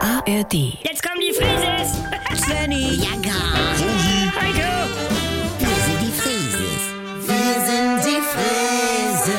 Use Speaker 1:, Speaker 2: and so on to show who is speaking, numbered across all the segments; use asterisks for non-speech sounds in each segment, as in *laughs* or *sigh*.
Speaker 1: ARD.
Speaker 2: Jetzt kommen die Frises! *laughs*
Speaker 3: Svenny,
Speaker 4: Ja, gar.
Speaker 2: Heiko!
Speaker 4: Wir sind die Frieses. Wir sind die Frieses.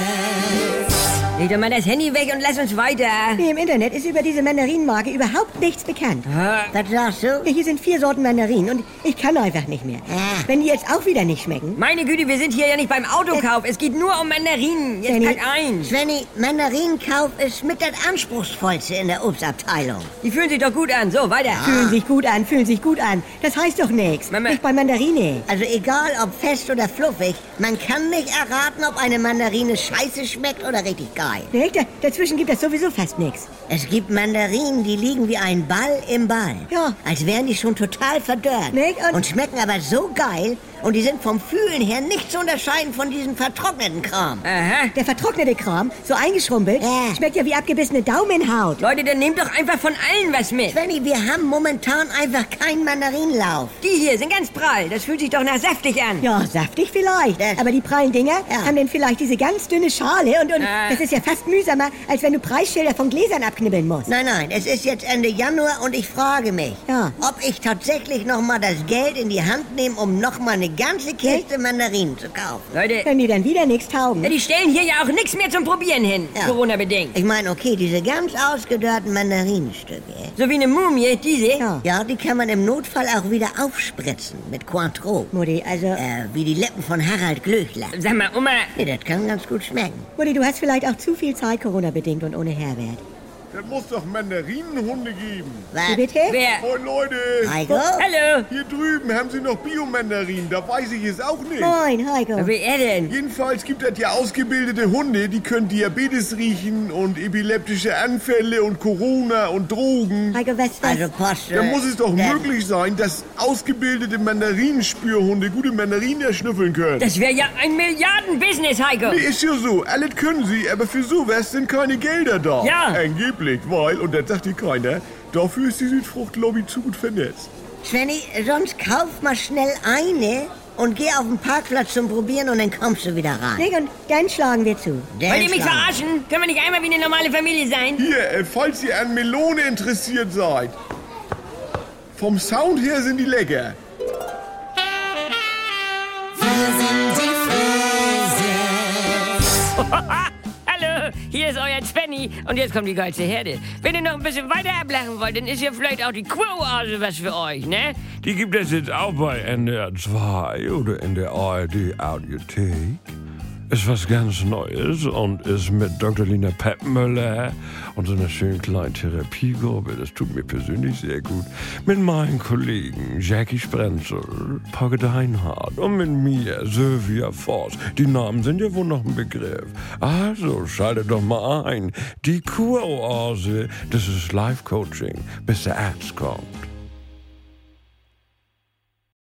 Speaker 3: leg doch mal das Handy weg und lass uns weiter.
Speaker 5: Im Internet ist über diese Mandarinenmarke überhaupt nichts bekannt.
Speaker 4: Was sagst du?
Speaker 5: Ja, Hier sind vier Sorten Mandarinen und ich kann einfach nicht mehr.
Speaker 4: Ah.
Speaker 5: Wenn die jetzt auch wieder nicht schmecken.
Speaker 3: Meine Güte, wir sind hier ja nicht beim Autokauf. Es geht nur um Mandarinen. Jetzt
Speaker 5: Svenny.
Speaker 3: pack ein.
Speaker 4: Svenny, Mandarinenkauf ist mit das anspruchsvollste in der Obstabteilung.
Speaker 3: Die fühlen sich doch gut an. So, weiter.
Speaker 4: Ah.
Speaker 5: Fühlen sich gut an, fühlen sich gut an. Das heißt doch nichts.
Speaker 3: Mama.
Speaker 5: Nicht bei Mandarine.
Speaker 4: Also egal, ob fest oder fluffig, man kann nicht erraten, ob eine Mandarine scheiße schmeckt oder richtig geil.
Speaker 5: Direkt da- dazwischen gibt es sowieso fast nichts.
Speaker 4: Es gibt Mandarinen, die liegen wie ein Ball im Ball.
Speaker 5: Ja.
Speaker 4: Als wären die schon total verdörrt.
Speaker 5: Nee, und-
Speaker 4: und schmecken aber so geil und die sind vom Fühlen her nicht zu unterscheiden von diesem vertrockneten Kram.
Speaker 5: Äh.
Speaker 3: Aha.
Speaker 5: Der vertrocknete Kram, so eingeschrumpelt,
Speaker 4: Äh.
Speaker 5: schmeckt ja wie abgebissene Daumenhaut.
Speaker 3: Leute, dann nehmt doch einfach von allen was mit.
Speaker 4: Svenny, wir haben momentan einfach keinen Mandarinenlauf.
Speaker 3: Die hier sind ganz prall. Das fühlt sich doch nach saftig an.
Speaker 5: Ja, saftig vielleicht.
Speaker 4: Äh.
Speaker 5: Aber die prallen Dinger
Speaker 4: Ja.
Speaker 5: haben dann vielleicht diese ganz dünne Schale und, und
Speaker 3: Äh.
Speaker 5: das ist ja fast mühsamer, als wenn du Preisschilder von Gläsern abknibbeln musst.
Speaker 4: Nein, nein, es ist jetzt Ende Januar und ich frage mich,
Speaker 5: Ja.
Speaker 4: ob ich tatsächlich nochmal das Geld in die Hand nehme, um nochmal eine ganze Kiste Mandarinen zu kaufen.
Speaker 3: Leute,
Speaker 5: Wenn die dann wieder nichts taugen.
Speaker 3: ja, die stellen hier ja auch nichts mehr zum Probieren hin.
Speaker 4: Ja.
Speaker 3: Corona-bedingt.
Speaker 4: Ich meine, okay, diese ganz ausgedörrten Mandarinenstücke. äh,
Speaker 3: So wie eine Mumie, diese.
Speaker 5: Ja.
Speaker 4: Ja, die kann man im Notfall auch wieder aufspritzen mit Cointreau.
Speaker 5: Mutti, also,
Speaker 4: Äh, wie die Lippen von Harald Glöchler.
Speaker 3: Sag mal, Oma,
Speaker 4: Nee, das kann ganz gut schmecken.
Speaker 5: Mutti, du hast vielleicht auch zu viel Zeit, Corona-bedingt und ohne Herbert.
Speaker 6: Da muss doch Mandarinenhunde geben.
Speaker 5: Wie
Speaker 4: Was?
Speaker 5: bitte?
Speaker 3: wer?
Speaker 6: Moin Leute,
Speaker 4: Heiko?
Speaker 3: Hallo.
Speaker 6: hier drüben haben sie noch Bio-Mandarinen, da weiß ich es auch nicht.
Speaker 5: Moin, Heiko.
Speaker 4: Äh.
Speaker 3: Wer er denn?
Speaker 6: Jedenfalls gibt es ja ausgebildete Hunde, die können Diabetes riechen und epileptische Anfälle und Corona und Drogen.
Speaker 5: Heiko, was, was?
Speaker 4: Also Post.
Speaker 6: Da muss es doch
Speaker 4: äh,
Speaker 6: möglich sein, dass ausgebildete Mandarinenspürhunde gute Mandarinen erschnüffeln können.
Speaker 3: Das wäre ja ein Milliarden-Business, Heiko.
Speaker 6: Nee, ist ja so, alles können sie, aber für sowas sind keine Gelder da.
Speaker 3: Ja.
Speaker 6: Angeblich, weil, und das sagt dir keiner, dafür ist die Südfruchtlobby zu gut vernetzt.
Speaker 4: Svenny, sonst kauf mal schnell eine und geh auf den Parkplatz zum Probieren und dann kommst du wieder rein.
Speaker 5: Nick, und dann schlagen wir zu.
Speaker 4: Der
Speaker 3: Wollt ihr mich
Speaker 4: Schlange.
Speaker 3: verarschen? Können wir nicht einmal wie eine normale Familie
Speaker 6: *laughs*
Speaker 3: sein?
Speaker 6: Hier, äh, falls ihr an Melone interessiert seid. Vom Sound her sind die lecker.
Speaker 2: Ah, Hallo, hier ist euer Svenny und jetzt kommt die geilste Herde. Wenn ihr noch ein bisschen weiter ablachen wollt, dann ist hier vielleicht auch die Quo-Oase was für euch, ne?
Speaker 7: Die gibt es jetzt auch bei NDR 2 oder in der ARD Audiothek. Ist was ganz Neues und ist mit Dr. Lina Peppmüller und so einer schönen kleinen Therapiegruppe, das tut mir persönlich sehr gut, mit meinen Kollegen Jackie Sprenzel, Pogge Deinhardt und mit mir, Sylvia Voss. Die Namen sind ja wohl noch ein Begriff. Also schaltet doch mal ein. Die Kuroase, das ist Life-Coaching, bis der Arzt kommt.